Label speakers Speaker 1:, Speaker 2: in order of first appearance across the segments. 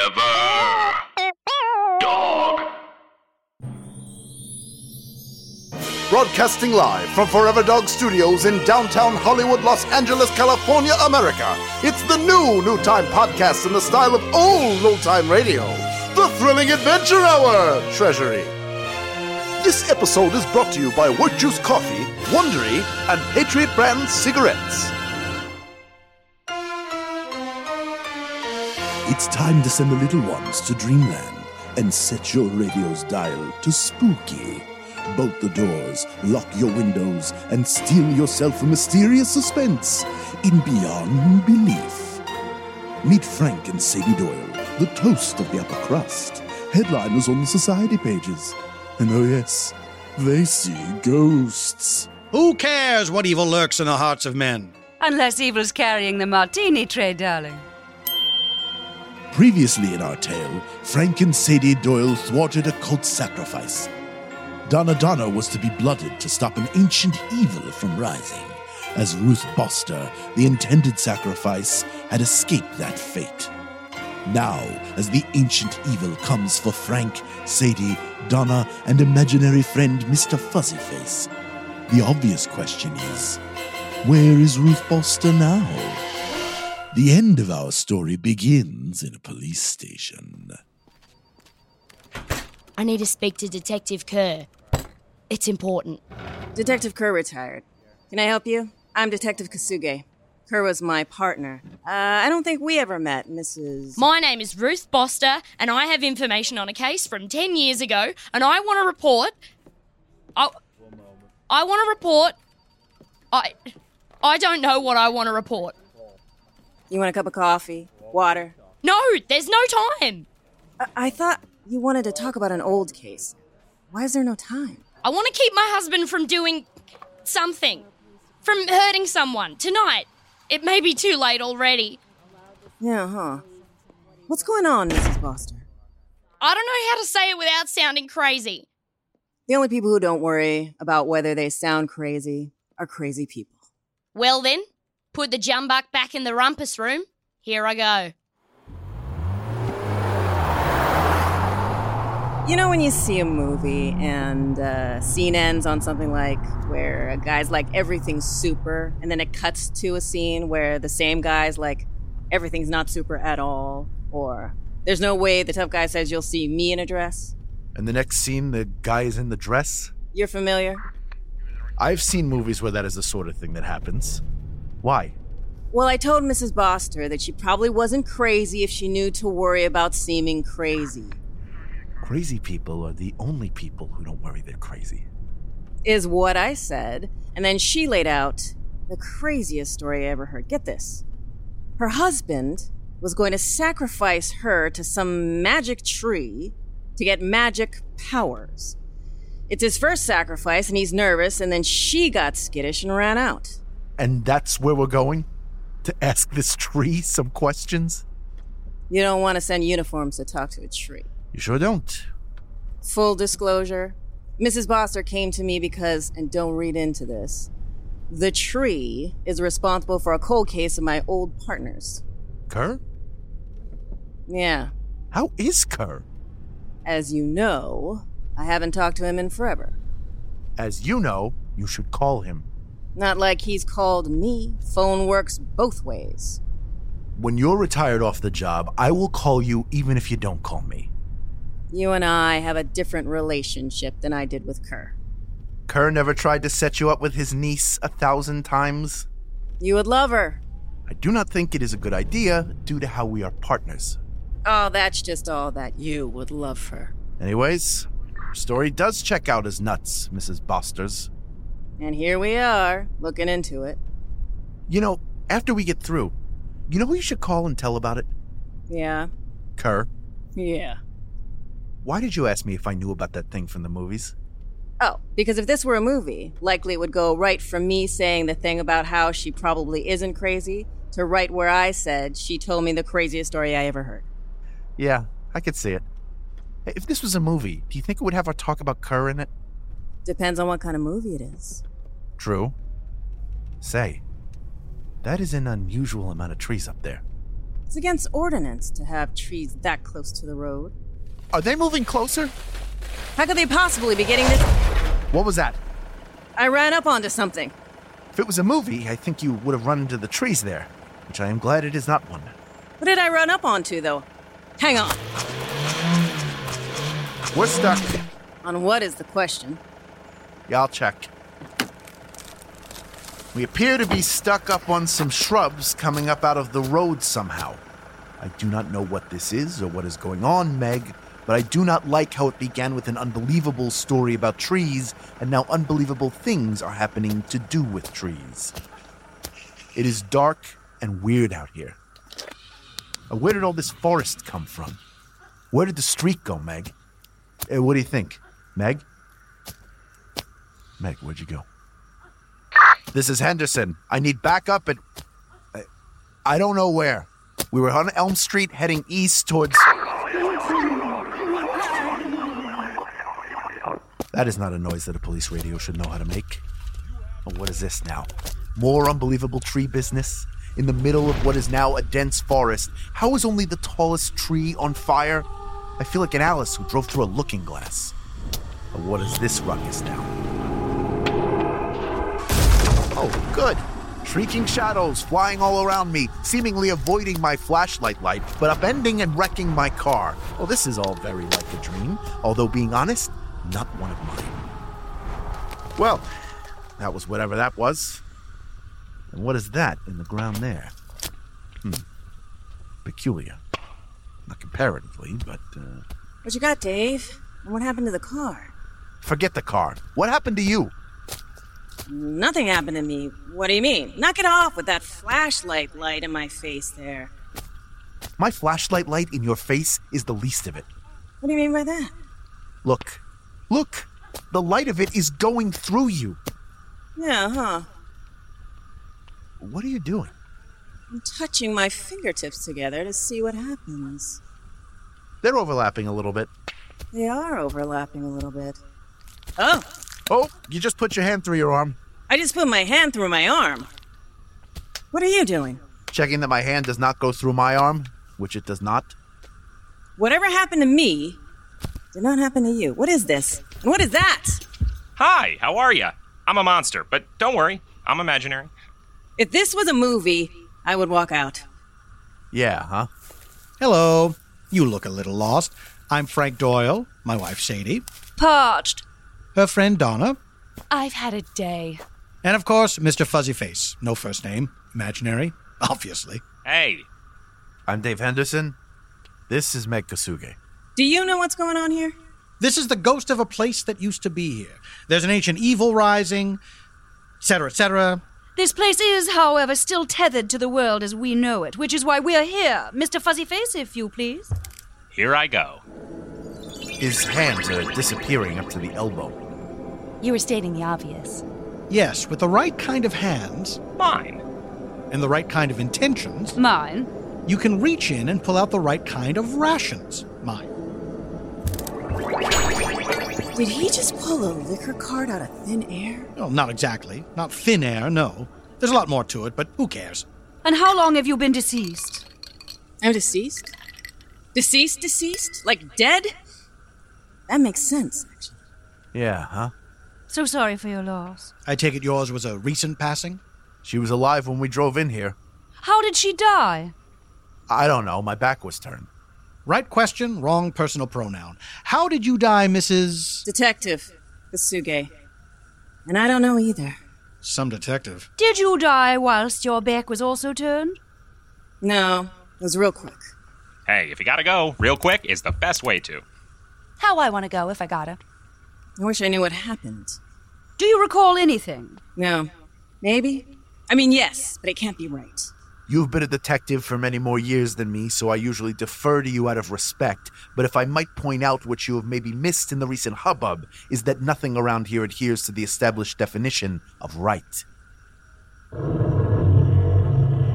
Speaker 1: Forever. Dog.
Speaker 2: Broadcasting live from Forever Dog Studios in downtown Hollywood, Los Angeles, California, America. It's the new New Time podcast in the style of old New Time radio. The Thrilling Adventure Hour, Treasury. This episode is brought to you by Work Juice Coffee, Wondery, and Patriot Brand Cigarettes.
Speaker 3: It's time to send the little ones to dreamland and set your radio's dial to spooky. Bolt the doors, lock your windows, and steal yourself a mysterious suspense in beyond belief. Meet Frank and Sadie Doyle, the toast of the upper crust, headliners on the society pages. And oh, yes, they see ghosts.
Speaker 4: Who cares what evil lurks in the hearts of men?
Speaker 5: Unless evil's carrying the martini tray, darling.
Speaker 3: Previously in our tale, Frank and Sadie Doyle thwarted a cult sacrifice. Donna Donna was to be blooded to stop an ancient evil from rising, as Ruth Boster, the intended sacrifice, had escaped that fate. Now, as the ancient evil comes for Frank, Sadie, Donna, and imaginary friend Mr. Fuzzyface, the obvious question is where is Ruth Boster now? The end of our story begins in a police station.
Speaker 6: I need to speak to Detective Kerr. It's important.
Speaker 7: Detective Kerr retired. Can I help you? I'm Detective Kasuge. Kerr was my partner. Uh, I don't think we ever met, Mrs.
Speaker 8: My name is Ruth Boster, and I have information on a case from 10 years ago, and I want to report. I, I want to report. I, I don't know what I want to report.
Speaker 7: you want a cup of coffee? Water?
Speaker 8: No, there's no time.
Speaker 7: I, I thought you wanted to talk about an old case. Why is there no time?
Speaker 8: I want to keep my husband from doing something, from hurting someone tonight. It may be too late already.
Speaker 7: Yeah, huh? What's going on, Mrs. Foster?
Speaker 8: I don't know how to say it without sounding crazy.
Speaker 7: The only people who don't worry about whether they sound crazy are crazy people.
Speaker 8: Well then, put the jumbuck back in the rumpus room. Here I go.
Speaker 7: You know, when you see a movie and uh, scene ends on something like where a guy's like everything's super, and then it cuts to a scene where the same guy's like everything's not super at all, or there's no way the tough guy says you'll see me in a dress.
Speaker 9: And the next scene, the guy is in the dress.
Speaker 7: You're familiar?
Speaker 9: I've seen movies where that is the sort of thing that happens. Why?
Speaker 7: Well, I told Mrs. Boster that she probably wasn't crazy if she knew to worry about seeming crazy.
Speaker 9: Crazy people are the only people who don't worry they're crazy.
Speaker 7: is what I said. And then she laid out the craziest story I ever heard. Get this. Her husband was going to sacrifice her to some magic tree to get magic powers. It's his first sacrifice, and he's nervous, and then she got skittish and ran out.
Speaker 9: And that's where we're going? To ask this tree some questions?
Speaker 7: You don't want to send uniforms to talk to a tree.
Speaker 9: You sure don't.
Speaker 7: Full disclosure Mrs. Boster came to me because, and don't read into this, the tree is responsible for a cold case of my old partner's.
Speaker 9: Kerr?
Speaker 7: Yeah,
Speaker 9: How is Kerr?
Speaker 7: As you know, I haven't talked to him in forever.
Speaker 9: As you know, you should call him.
Speaker 7: Not like he's called me. Phone works both ways.
Speaker 9: When you're retired off the job, I will call you even if you don't call me.
Speaker 7: You and I have a different relationship than I did with Kerr.
Speaker 9: Kerr never tried to set you up with his niece a thousand times.
Speaker 7: You would love her.
Speaker 9: I do not think it is a good idea due to how we are partners.
Speaker 7: Oh, that's just all that you would love her.
Speaker 9: Anyways, your story does check out as nuts, Mrs. Bosters.
Speaker 7: And here we are, looking into it.
Speaker 9: You know, after we get through, you know who you should call and tell about it?
Speaker 7: Yeah.
Speaker 9: Kerr.
Speaker 7: Yeah.
Speaker 9: Why did you ask me if I knew about that thing from the movies?
Speaker 7: Oh, because if this were a movie, likely it would go right from me saying the thing about how she probably isn't crazy to right where I said she told me the craziest story I ever heard.
Speaker 9: Yeah, I could see it. Hey, If this was a movie, do you think it would have our talk about Kerr in it?
Speaker 7: Depends on what kind of movie it is.
Speaker 9: True. Say, that is an unusual amount of trees up there.
Speaker 7: It's against ordinance to have trees that close to the road.
Speaker 3: Are they moving closer?
Speaker 7: How could they possibly be getting this?
Speaker 3: What was that?
Speaker 7: I ran up onto something.
Speaker 3: If it was a movie, I think you would have run into the trees there, which I am glad it is not one.
Speaker 7: What did I run up onto, though? Hang on.
Speaker 3: We're stuck.
Speaker 7: On what is the question?
Speaker 3: Yeah, I'll check. We appear to be stuck up on some shrubs coming up out of the road somehow. I do not know what this is or what is going on, Meg, but I do not like how it began with an unbelievable story about trees, and now unbelievable things are happening to do with trees. It is dark and weird out here. Uh, Where did all this forest come from? Where did the street go, Meg? Uh, What do you think? Meg? Meg, where'd you go? This is Henderson. I need backup at. I- I don't know where. We were on Elm Street heading east towards. That is not a noise that a police radio should know how to make. And what is this now? More unbelievable tree business? In the middle of what is now a dense forest, how is only the tallest tree on fire? I feel like an Alice who drove through a looking glass. But what is this ruckus now? Oh, good. Shrieking shadows flying all around me, seemingly avoiding my flashlight light, but upending and wrecking my car. Well, this is all very like a dream, although being honest, not one of mine. Well, that was whatever that was. And what is that in the ground there? Hmm. Peculiar. Not comparatively, but uh,
Speaker 7: What you got, Dave? And what happened to the car?
Speaker 3: forget the car. What happened to you?
Speaker 7: Nothing happened to me. What do you mean? Knock it off with that flashlight light in my face there.
Speaker 3: My flashlight light in your face is the least of it.
Speaker 7: What do you mean by that?
Speaker 3: Look. Look. The light of it is going through you.
Speaker 7: Yeah, huh?
Speaker 3: What are you doing?
Speaker 7: I'm touching my fingertips together to see what happens.
Speaker 3: They're overlapping a little bit.
Speaker 7: They are overlapping a little bit. Oh,
Speaker 3: Oh, you just put your hand through your arm.
Speaker 7: I just put my hand through my arm. What are you doing?
Speaker 3: Checking that my hand does not go through my arm, which it does not.
Speaker 7: Whatever happened to me did not happen to you. What is this? And what is that?
Speaker 10: Hi, how are ya? I'm a monster, but don't worry, I'm imaginary.
Speaker 7: If this was a movie, I would walk out.
Speaker 3: Yeah, huh?
Speaker 4: Hello. You look a little lost. I'm Frank Doyle, my wife Sadie,
Speaker 5: Parched.
Speaker 4: her friend Donna,
Speaker 6: I've had a day.
Speaker 4: and of course, Mr. Fuzzyface. No first name, imaginary, obviously.
Speaker 10: Hey,
Speaker 3: I'm Dave Henderson. This is Meg Kasuge.
Speaker 7: Do you know what's going on here?
Speaker 4: This is the ghost of a place that used to be here. There's an ancient evil rising, etc., etc.
Speaker 5: This place is, however, still tethered to the world as we know it, which is why we're here. Mr. Fuzzyface, if you please.
Speaker 10: here I go.
Speaker 3: His hands are disappearing up to the elbow.
Speaker 6: You were stating the obvious.
Speaker 4: Yes, with the right kind of hands
Speaker 10: Mine.
Speaker 4: and the right kind of intentions,
Speaker 5: Mine.
Speaker 4: you can reach in and pull out the right kind of rations. Mine.
Speaker 7: Did he just pull a liquor card out of thin air?
Speaker 4: Well, not exactly. Not thin air, no. There's a lot more to it, but who cares?
Speaker 5: And how long have you been deceased?
Speaker 7: I'm deceased? Deceased, deceased? Like dead? That makes sense, actually.
Speaker 3: Yeah, huh?
Speaker 5: So sorry for your loss.
Speaker 4: I take it yours was a recent passing?
Speaker 3: She was alive when we drove in here.
Speaker 5: How did she die?
Speaker 3: I don't know, my back was turned.
Speaker 4: Right question, wrong personal pronoun. How did you die, Mrs.
Speaker 7: Detective Kasuge. And I don't know either.
Speaker 4: Some detective?
Speaker 5: Did you die whilst your back was also turned?
Speaker 7: No, it was real quick.
Speaker 10: Hey, if you gotta go, real quick is the best way to.
Speaker 6: How I want to go if I gotta.
Speaker 7: I wish I knew what happened.
Speaker 5: Do you recall anything?
Speaker 7: No. Maybe? I mean, yes, but it can't be right.
Speaker 3: You've been a detective for many more years than me, so I usually defer to you out of respect. But if I might point out what you have maybe missed in the recent hubbub, is that nothing around here adheres to the established definition of right.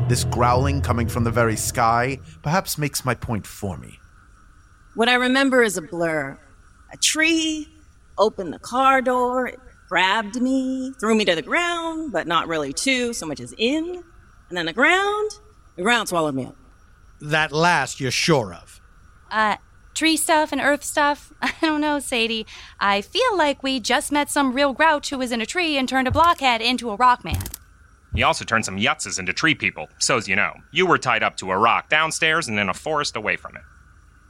Speaker 3: This growling coming from the very sky perhaps makes my point for me.
Speaker 7: What I remember is a blur. A tree opened the car door, it grabbed me, threw me to the ground, but not really too, so much as in. And then the ground, the ground swallowed me up.
Speaker 4: That last you're sure of.
Speaker 8: Uh, tree stuff and earth stuff. I don't know, Sadie. I feel like we just met some real grouch who was in a tree and turned a blockhead into a rock man.
Speaker 10: He also turned some yutzes into tree people, so's you know. You were tied up to a rock downstairs and in a forest away from it.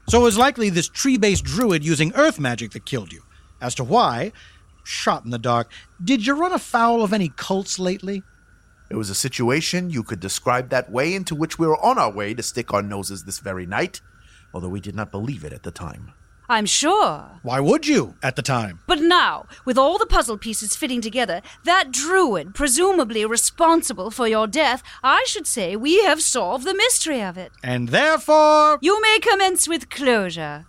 Speaker 4: So it was likely this tree based druid using earth magic that killed you. As to why, shot in the dark, did you run afoul of any cults lately?
Speaker 3: It was a situation you could describe that way into which we were on our way to stick our noses this very night, although we did not believe it at the time.
Speaker 5: I'm sure.
Speaker 4: Why would you at the time?
Speaker 5: But now, with all the puzzle pieces fitting together, that druid, presumably responsible for your death, I should say we have solved the mystery of it.
Speaker 4: And therefore.
Speaker 5: You may commence with closure.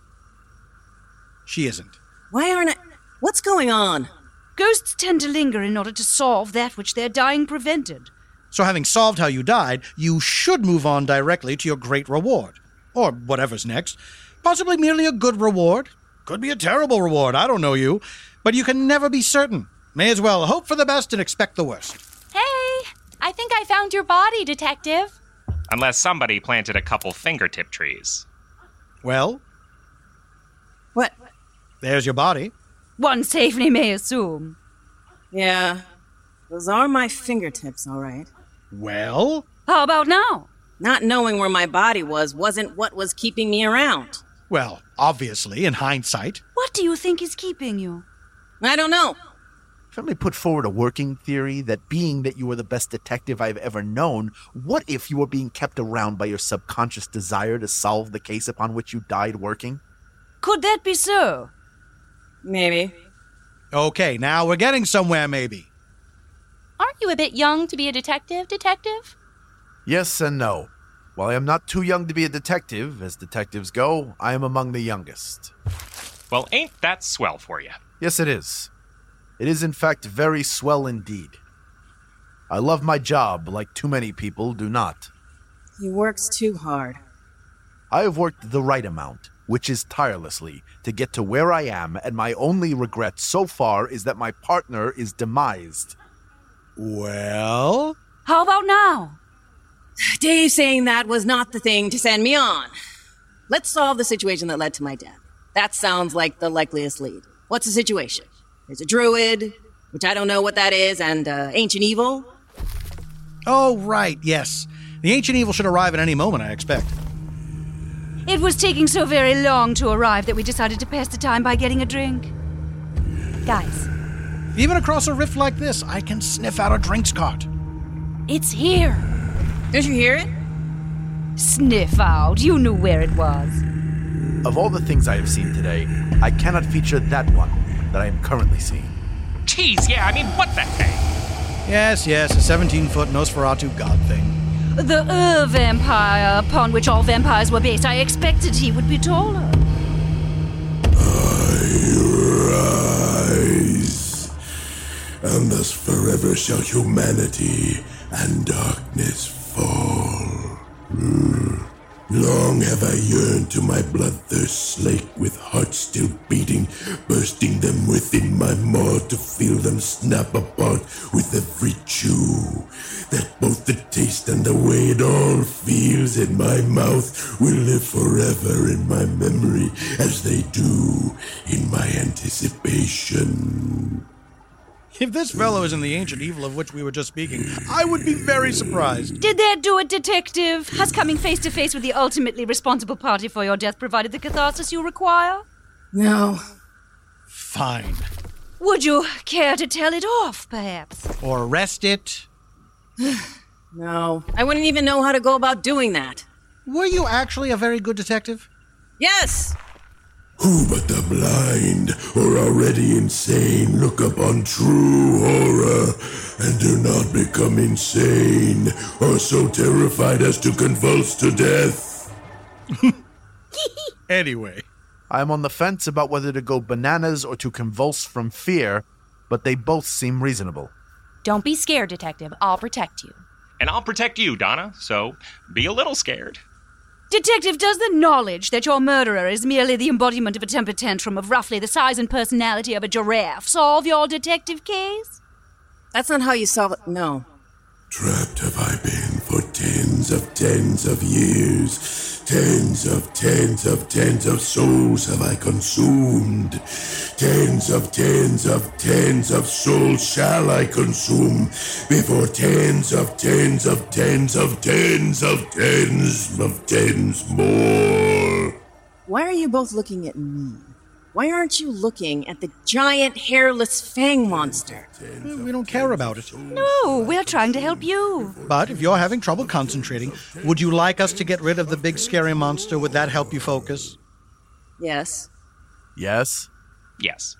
Speaker 4: She isn't.
Speaker 7: Why aren't I. What's going on?
Speaker 5: Ghosts tend to linger in order to solve that which their dying prevented.
Speaker 4: So, having solved how you died, you should move on directly to your great reward. Or whatever's next. Possibly merely a good reward. Could be a terrible reward, I don't know you. But you can never be certain. May as well hope for the best and expect the worst.
Speaker 8: Hey, I think I found your body, detective.
Speaker 10: Unless somebody planted a couple fingertip trees.
Speaker 4: Well?
Speaker 7: What?
Speaker 4: There's your body.
Speaker 5: One safely may assume.
Speaker 7: Yeah. Those are my fingertips, all right.
Speaker 4: Well?
Speaker 5: How about now?
Speaker 7: Not knowing where my body was wasn't what was keeping me around.
Speaker 4: Well, obviously, in hindsight.
Speaker 5: What do you think is keeping you?
Speaker 7: I don't know.
Speaker 3: Somebody put forward a working theory that being that you were the best detective I've ever known, what if you were being kept around by your subconscious desire to solve the case upon which you died working?
Speaker 5: Could that be so?
Speaker 7: Maybe.
Speaker 4: Okay, now we're getting somewhere, maybe.
Speaker 8: Aren't you a bit young to be a detective, detective?
Speaker 3: Yes and no. While I am not too young to be a detective, as detectives go, I am among the youngest.
Speaker 10: Well, ain't that swell for you?
Speaker 3: Yes, it is. It is, in fact, very swell indeed. I love my job, like too many people do not.
Speaker 7: He works too hard.
Speaker 3: I have worked the right amount, which is tirelessly, to get to where I am, and my only regret so far is that my partner is demised.
Speaker 4: Well?
Speaker 5: How about now?
Speaker 7: Dave saying that was not the thing to send me on. Let's solve the situation that led to my death. That sounds like the likeliest lead. What's the situation? There's a druid, which I don't know what that is, and uh, ancient evil.
Speaker 4: Oh, right, yes. The ancient evil should arrive at any moment, I expect.
Speaker 5: It was taking so very long to arrive that we decided to pass the time by getting a drink. Guys.
Speaker 4: Even across a rift like this, I can sniff out a drinks cart.
Speaker 5: It's here.
Speaker 7: Did you hear it?
Speaker 5: Sniff out. You knew where it was.
Speaker 3: Of all the things I have seen today, I cannot feature that one that I am currently seeing.
Speaker 10: Jeez, yeah, I mean, what the heck?
Speaker 4: Yes, yes, a 17 foot Nosferatu god thing.
Speaker 5: The Ur vampire upon which all vampires were based. I expected he would be taller.
Speaker 11: Rise. And thus forever shall humanity and darkness fall. Mm. Long have I yearned to my bloodthirst slake with hearts still beating, bursting them within my maw to feel them snap apart with every chew. That both the taste and the way it all feels in my mouth will live forever in my memory as they do in my anticipation.
Speaker 4: If this fellow is in the ancient evil of which we were just speaking, I would be very surprised.
Speaker 5: Did that do it, detective? Has coming face to face with the ultimately responsible party for your death provided the catharsis you require?
Speaker 7: No.
Speaker 4: Fine.
Speaker 5: Would you care to tell it off, perhaps?
Speaker 4: Or arrest it?
Speaker 7: No. I wouldn't even know how to go about doing that.
Speaker 4: Were you actually a very good detective?
Speaker 7: Yes!
Speaker 11: Who but the blind or already insane look upon true horror and do not become insane or so terrified as to convulse to death?
Speaker 4: Anyway.
Speaker 3: I am on the fence about whether to go bananas or to convulse from fear, but they both seem reasonable.
Speaker 8: Don't be scared, detective. I'll protect you.
Speaker 10: And I'll protect you, Donna, so be a little scared.
Speaker 5: Detective, does the knowledge that your murderer is merely the embodiment of a temper tantrum of roughly the size and personality of a giraffe solve your detective case?
Speaker 7: That's not how you solve it. No.
Speaker 11: Trapped have I been for tens of tens of years, Tens of tens of tens of souls have I consumed. Tens of tens of tens of souls shall I consume before tens of tens of tens of tens of tens of tens more.
Speaker 7: Why are you both looking at me? Why aren't you looking at the giant hairless fang monster?
Speaker 4: We don't care about it.
Speaker 8: Oh,
Speaker 5: No, we're trying to help you.
Speaker 4: But if you're having trouble concentrating, would you like us to get rid of the big scary monster? Would that help you focus?
Speaker 7: Yes.
Speaker 3: Yes?
Speaker 10: Yes.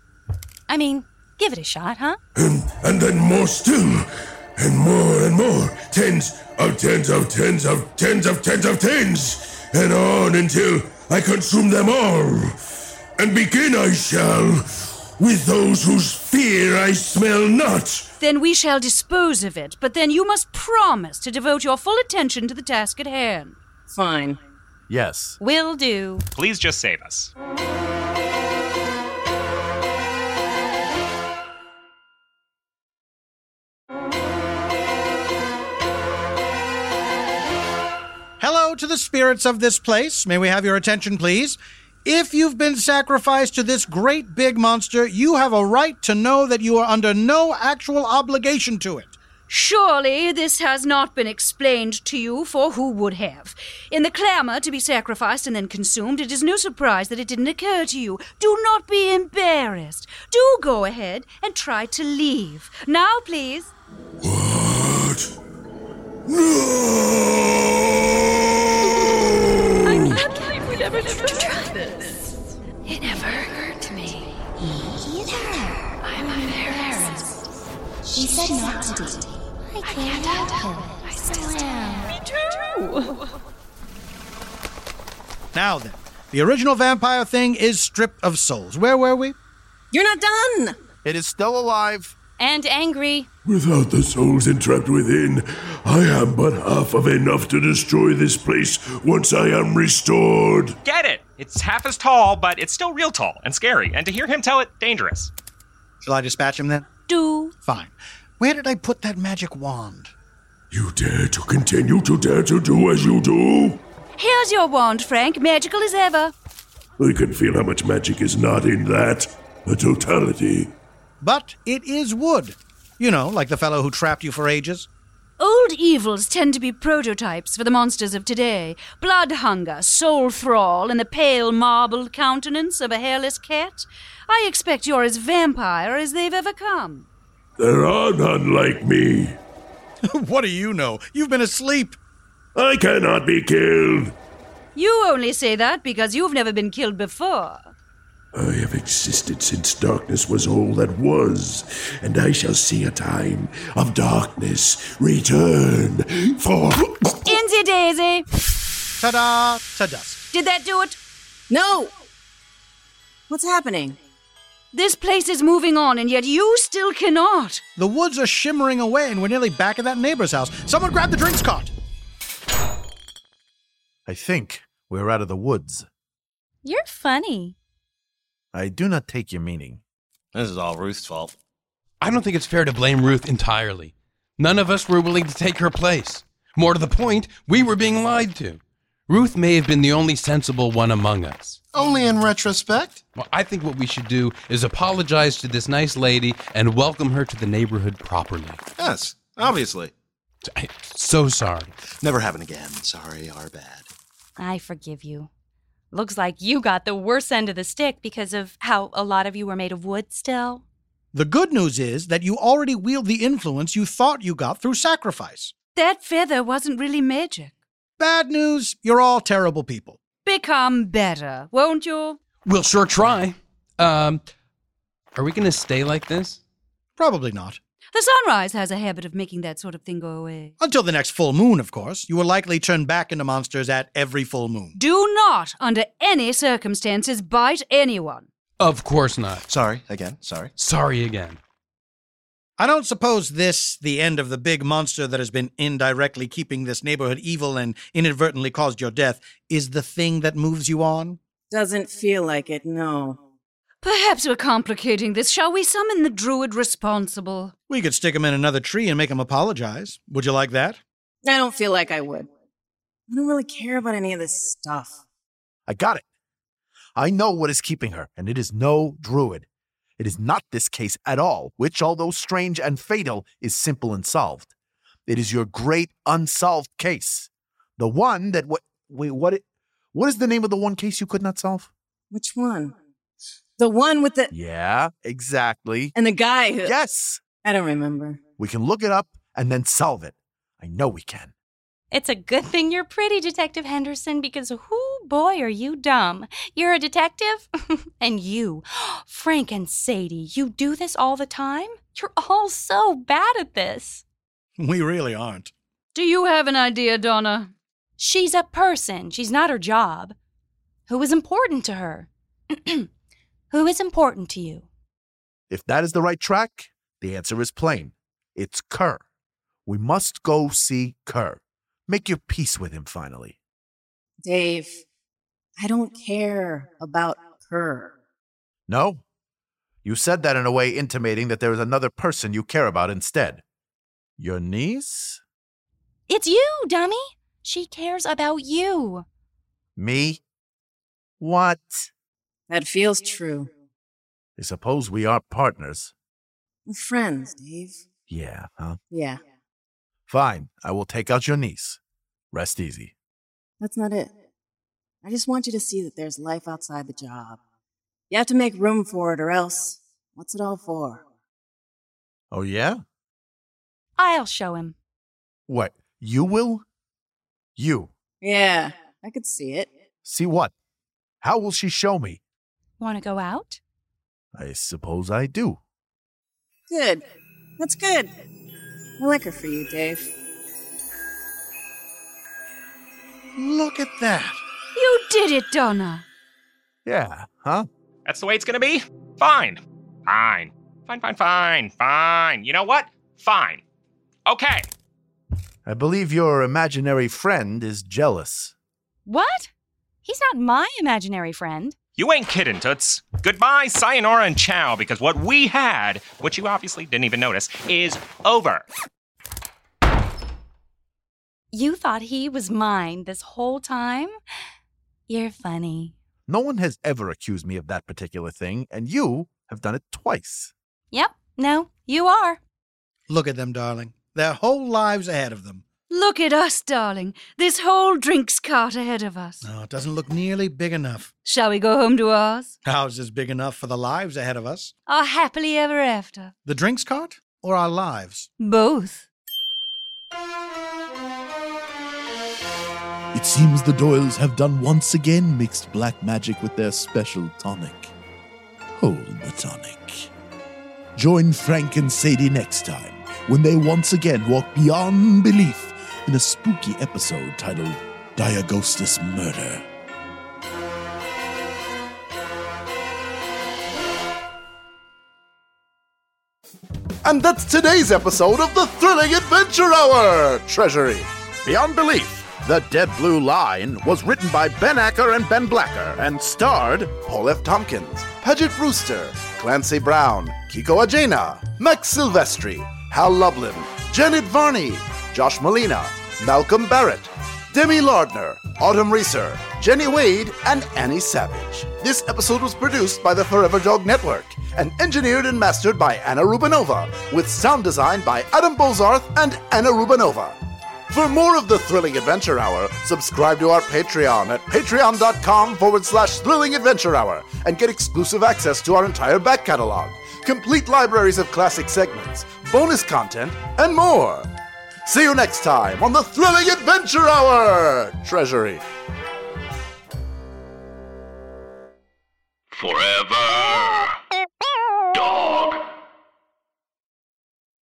Speaker 8: I mean, give it a shot, huh?
Speaker 11: And then more still. And more and more. Tens of tens of tens of tens of tens of tens. And on until I consume them all. And begin I shall with those whose fear I smell not.
Speaker 5: Then we shall dispose of it, but then you must promise to devote your full attention to the task at hand.
Speaker 7: Fine.
Speaker 3: Yes.
Speaker 8: Will do.
Speaker 10: Please just save us.
Speaker 4: Hello to the spirits of this place. May we have your attention, please? If you've been sacrificed to this great big monster, you have a right to know that you are under no actual obligation to it.
Speaker 5: Surely this has not been explained to you, for who would have? In the clamor to be sacrificed and then consumed, it is no surprise that it didn't occur to you. Do not be embarrassed. Do go ahead and try to leave. Now, please.
Speaker 1: I can't believe we never tried this. It never occurred to me. Either. I'm embarrassed.
Speaker 6: She said not to do. I can't help it. I still am. Me too.
Speaker 4: Now then, the original vampire thing is stripped of souls. Where were we?
Speaker 7: You're not done!
Speaker 3: It is still alive.
Speaker 8: And angry.
Speaker 11: Without the souls entrapped within, I am but half of enough to destroy this place once I am restored.
Speaker 10: Get it! It's half as tall, but it's still real tall and scary. And to hear him tell it, dangerous.
Speaker 4: Shall I dispatch him then?
Speaker 5: Do.
Speaker 4: Fine. Where did I put that magic wand?
Speaker 11: You dare to continue to dare to do as you do?
Speaker 5: Here's your wand, Frank, magical as ever.
Speaker 11: I can feel how much magic is not in that. The totality.
Speaker 4: But it is wood. You know, like the fellow who trapped you for ages.
Speaker 5: Old evils tend to be prototypes for the monsters of today blood hunger, soul thrall, and the pale marbled countenance of a hairless cat. I expect you're as vampire as they've ever come.
Speaker 11: There are none like me.
Speaker 4: what do you know? You've been asleep.
Speaker 11: I cannot be killed.
Speaker 5: You only say that because you've never been killed before.
Speaker 11: I have existed since darkness was all that was, and I shall see a time of darkness return. For
Speaker 5: Insy Daisy!
Speaker 4: Ta da! To dust.
Speaker 5: Did that do it?
Speaker 7: No! What's happening?
Speaker 5: This place is moving on, and yet you still cannot.
Speaker 4: The woods are shimmering away, and we're nearly back at that neighbor's house. Someone grab the drinks cart!
Speaker 3: I think we're out of the woods.
Speaker 8: You're funny.
Speaker 3: I do not take your meaning.
Speaker 12: This is all Ruth's fault. I don't think it's fair to blame Ruth entirely. None of us were willing to take her place. More to the point, we were being lied to. Ruth may have been the only sensible one among us.
Speaker 13: Only in retrospect?
Speaker 12: Well, I think what we should do is apologize to this nice lady and welcome her to the neighborhood properly.
Speaker 13: Yes, obviously.
Speaker 12: I'm so sorry.
Speaker 13: Never happen again. Sorry, are bad.
Speaker 8: I forgive you. Looks like you got the worse end of the stick because of how a lot of you were made of wood still.
Speaker 4: The good news is that you already wield the influence you thought you got through sacrifice.
Speaker 5: That feather wasn't really magic.
Speaker 4: Bad news, you're all terrible people.
Speaker 5: Become better, won't you?
Speaker 12: We'll sure try. Um, are we going to stay like this?
Speaker 4: Probably not.
Speaker 5: The sunrise has a habit of making that sort of thing go away.
Speaker 4: Until the next full moon, of course. You will likely turn back into monsters at every full moon.
Speaker 5: Do not, under any circumstances, bite anyone.
Speaker 12: Of course not.
Speaker 13: Sorry, again, sorry.
Speaker 12: Sorry again.
Speaker 4: I don't suppose this, the end of the big monster that has been indirectly keeping this neighborhood evil and inadvertently caused your death, is the thing that moves you on?
Speaker 7: Doesn't feel like it, no.
Speaker 5: Perhaps we're complicating this. Shall we summon the druid responsible?
Speaker 4: We could stick him in another tree and make him apologize. Would you like that?
Speaker 7: I don't feel like I would. I don't really care about any of this stuff.
Speaker 3: I got it. I know what is keeping her, and it is no druid. It is not this case at all, which, although strange and fatal, is simple and solved. It is your great unsolved case. The one that what wait, what it, what is the name of the one case you could not solve?
Speaker 7: Which one? The one with the
Speaker 3: Yeah, exactly.
Speaker 7: and the guy who
Speaker 3: Yes.
Speaker 7: I don't remember.
Speaker 3: We can look it up and then solve it. I know we can.
Speaker 8: It's a good thing you're pretty, Detective Henderson, because whoo boy are you dumb. You're a detective? and you, Frank and Sadie, you do this all the time? You're all so bad at this.
Speaker 4: We really aren't.
Speaker 8: Do you have an idea, Donna? She's a person. She's not her job. Who is important to her? Who is important to you?
Speaker 3: If that is the right track, the answer is plain. It's Kerr. We must go see Kerr. Make your peace with him finally.
Speaker 7: Dave, I don't care about her.
Speaker 3: No? You said that in a way intimating that there is another person you care about instead. Your niece?
Speaker 8: It's you, dummy. She cares about you.
Speaker 3: Me? What?
Speaker 7: That feels true.
Speaker 3: I suppose we are partners.
Speaker 7: We're friends, Dave.
Speaker 3: Yeah, huh?
Speaker 7: Yeah,
Speaker 3: Fine, I will take out your niece. Rest easy.
Speaker 7: that's not it. I just want you to see that there's life outside the job. You have to make room for it, or else, what's it all for?
Speaker 3: Oh, yeah?
Speaker 8: I'll show him.
Speaker 3: What? You will? You.
Speaker 7: Yeah, I could see it.
Speaker 3: See what? How will she show me?
Speaker 8: Want to go out?
Speaker 3: I suppose I do.
Speaker 7: Good. That's good. I like her for you, Dave.
Speaker 3: Look at that.
Speaker 5: You did it, Donna.
Speaker 3: Yeah, huh?
Speaker 10: That's the way it's gonna be? Fine. Fine. Fine, fine, fine, fine. You know what? Fine. Okay.
Speaker 3: I believe your imaginary friend is jealous.
Speaker 8: What? He's not my imaginary friend.
Speaker 10: You ain't kidding, Toots. Goodbye, sayonara, and ciao, because what we had, which you obviously didn't even notice, is over.
Speaker 8: You thought he was mine this whole time? You're funny.
Speaker 3: No one has ever accused me of that particular thing, and you have done it twice.
Speaker 8: Yep, no, you are.
Speaker 4: Look at them, darling. Their whole lives ahead of them.
Speaker 5: Look at us, darling. This whole drinks cart ahead of us.
Speaker 4: No, it doesn't look nearly big enough.
Speaker 5: Shall we go home to ours?
Speaker 4: Ours is big enough for the lives ahead of us.
Speaker 5: Our happily ever after.
Speaker 4: The drinks cart or our lives?
Speaker 5: Both.
Speaker 14: It seems the Doyles have done once again mixed black magic with their special tonic. Hold the tonic. Join Frank and Sadie next time when they once again walk beyond belief in a spooky episode titled Diagostus Murder.
Speaker 2: And that's today's episode of the Thrilling Adventure Hour Treasury. Beyond Belief, The Dead Blue Line was written by Ben Acker and Ben Blacker and starred Paul F. Tompkins, Paget Brewster, Clancy Brown, Kiko Ajena, Max Silvestri, Hal Lublin, Janet Varney, Josh Molina, Malcolm Barrett, Demi Lardner, Autumn Reeser, Jenny Wade, and Annie Savage. This episode was produced by the Forever Dog Network and engineered and mastered by Anna Rubinova, with sound design by Adam Bozarth and Anna Rubinova. For more of the Thrilling Adventure Hour, subscribe to our Patreon at patreon.com forward slash thrilling adventure hour and get exclusive access to our entire back catalog, complete libraries of classic segments, bonus content, and more. See you next time on the Thrilling Adventure Hour! Treasury.
Speaker 15: Forever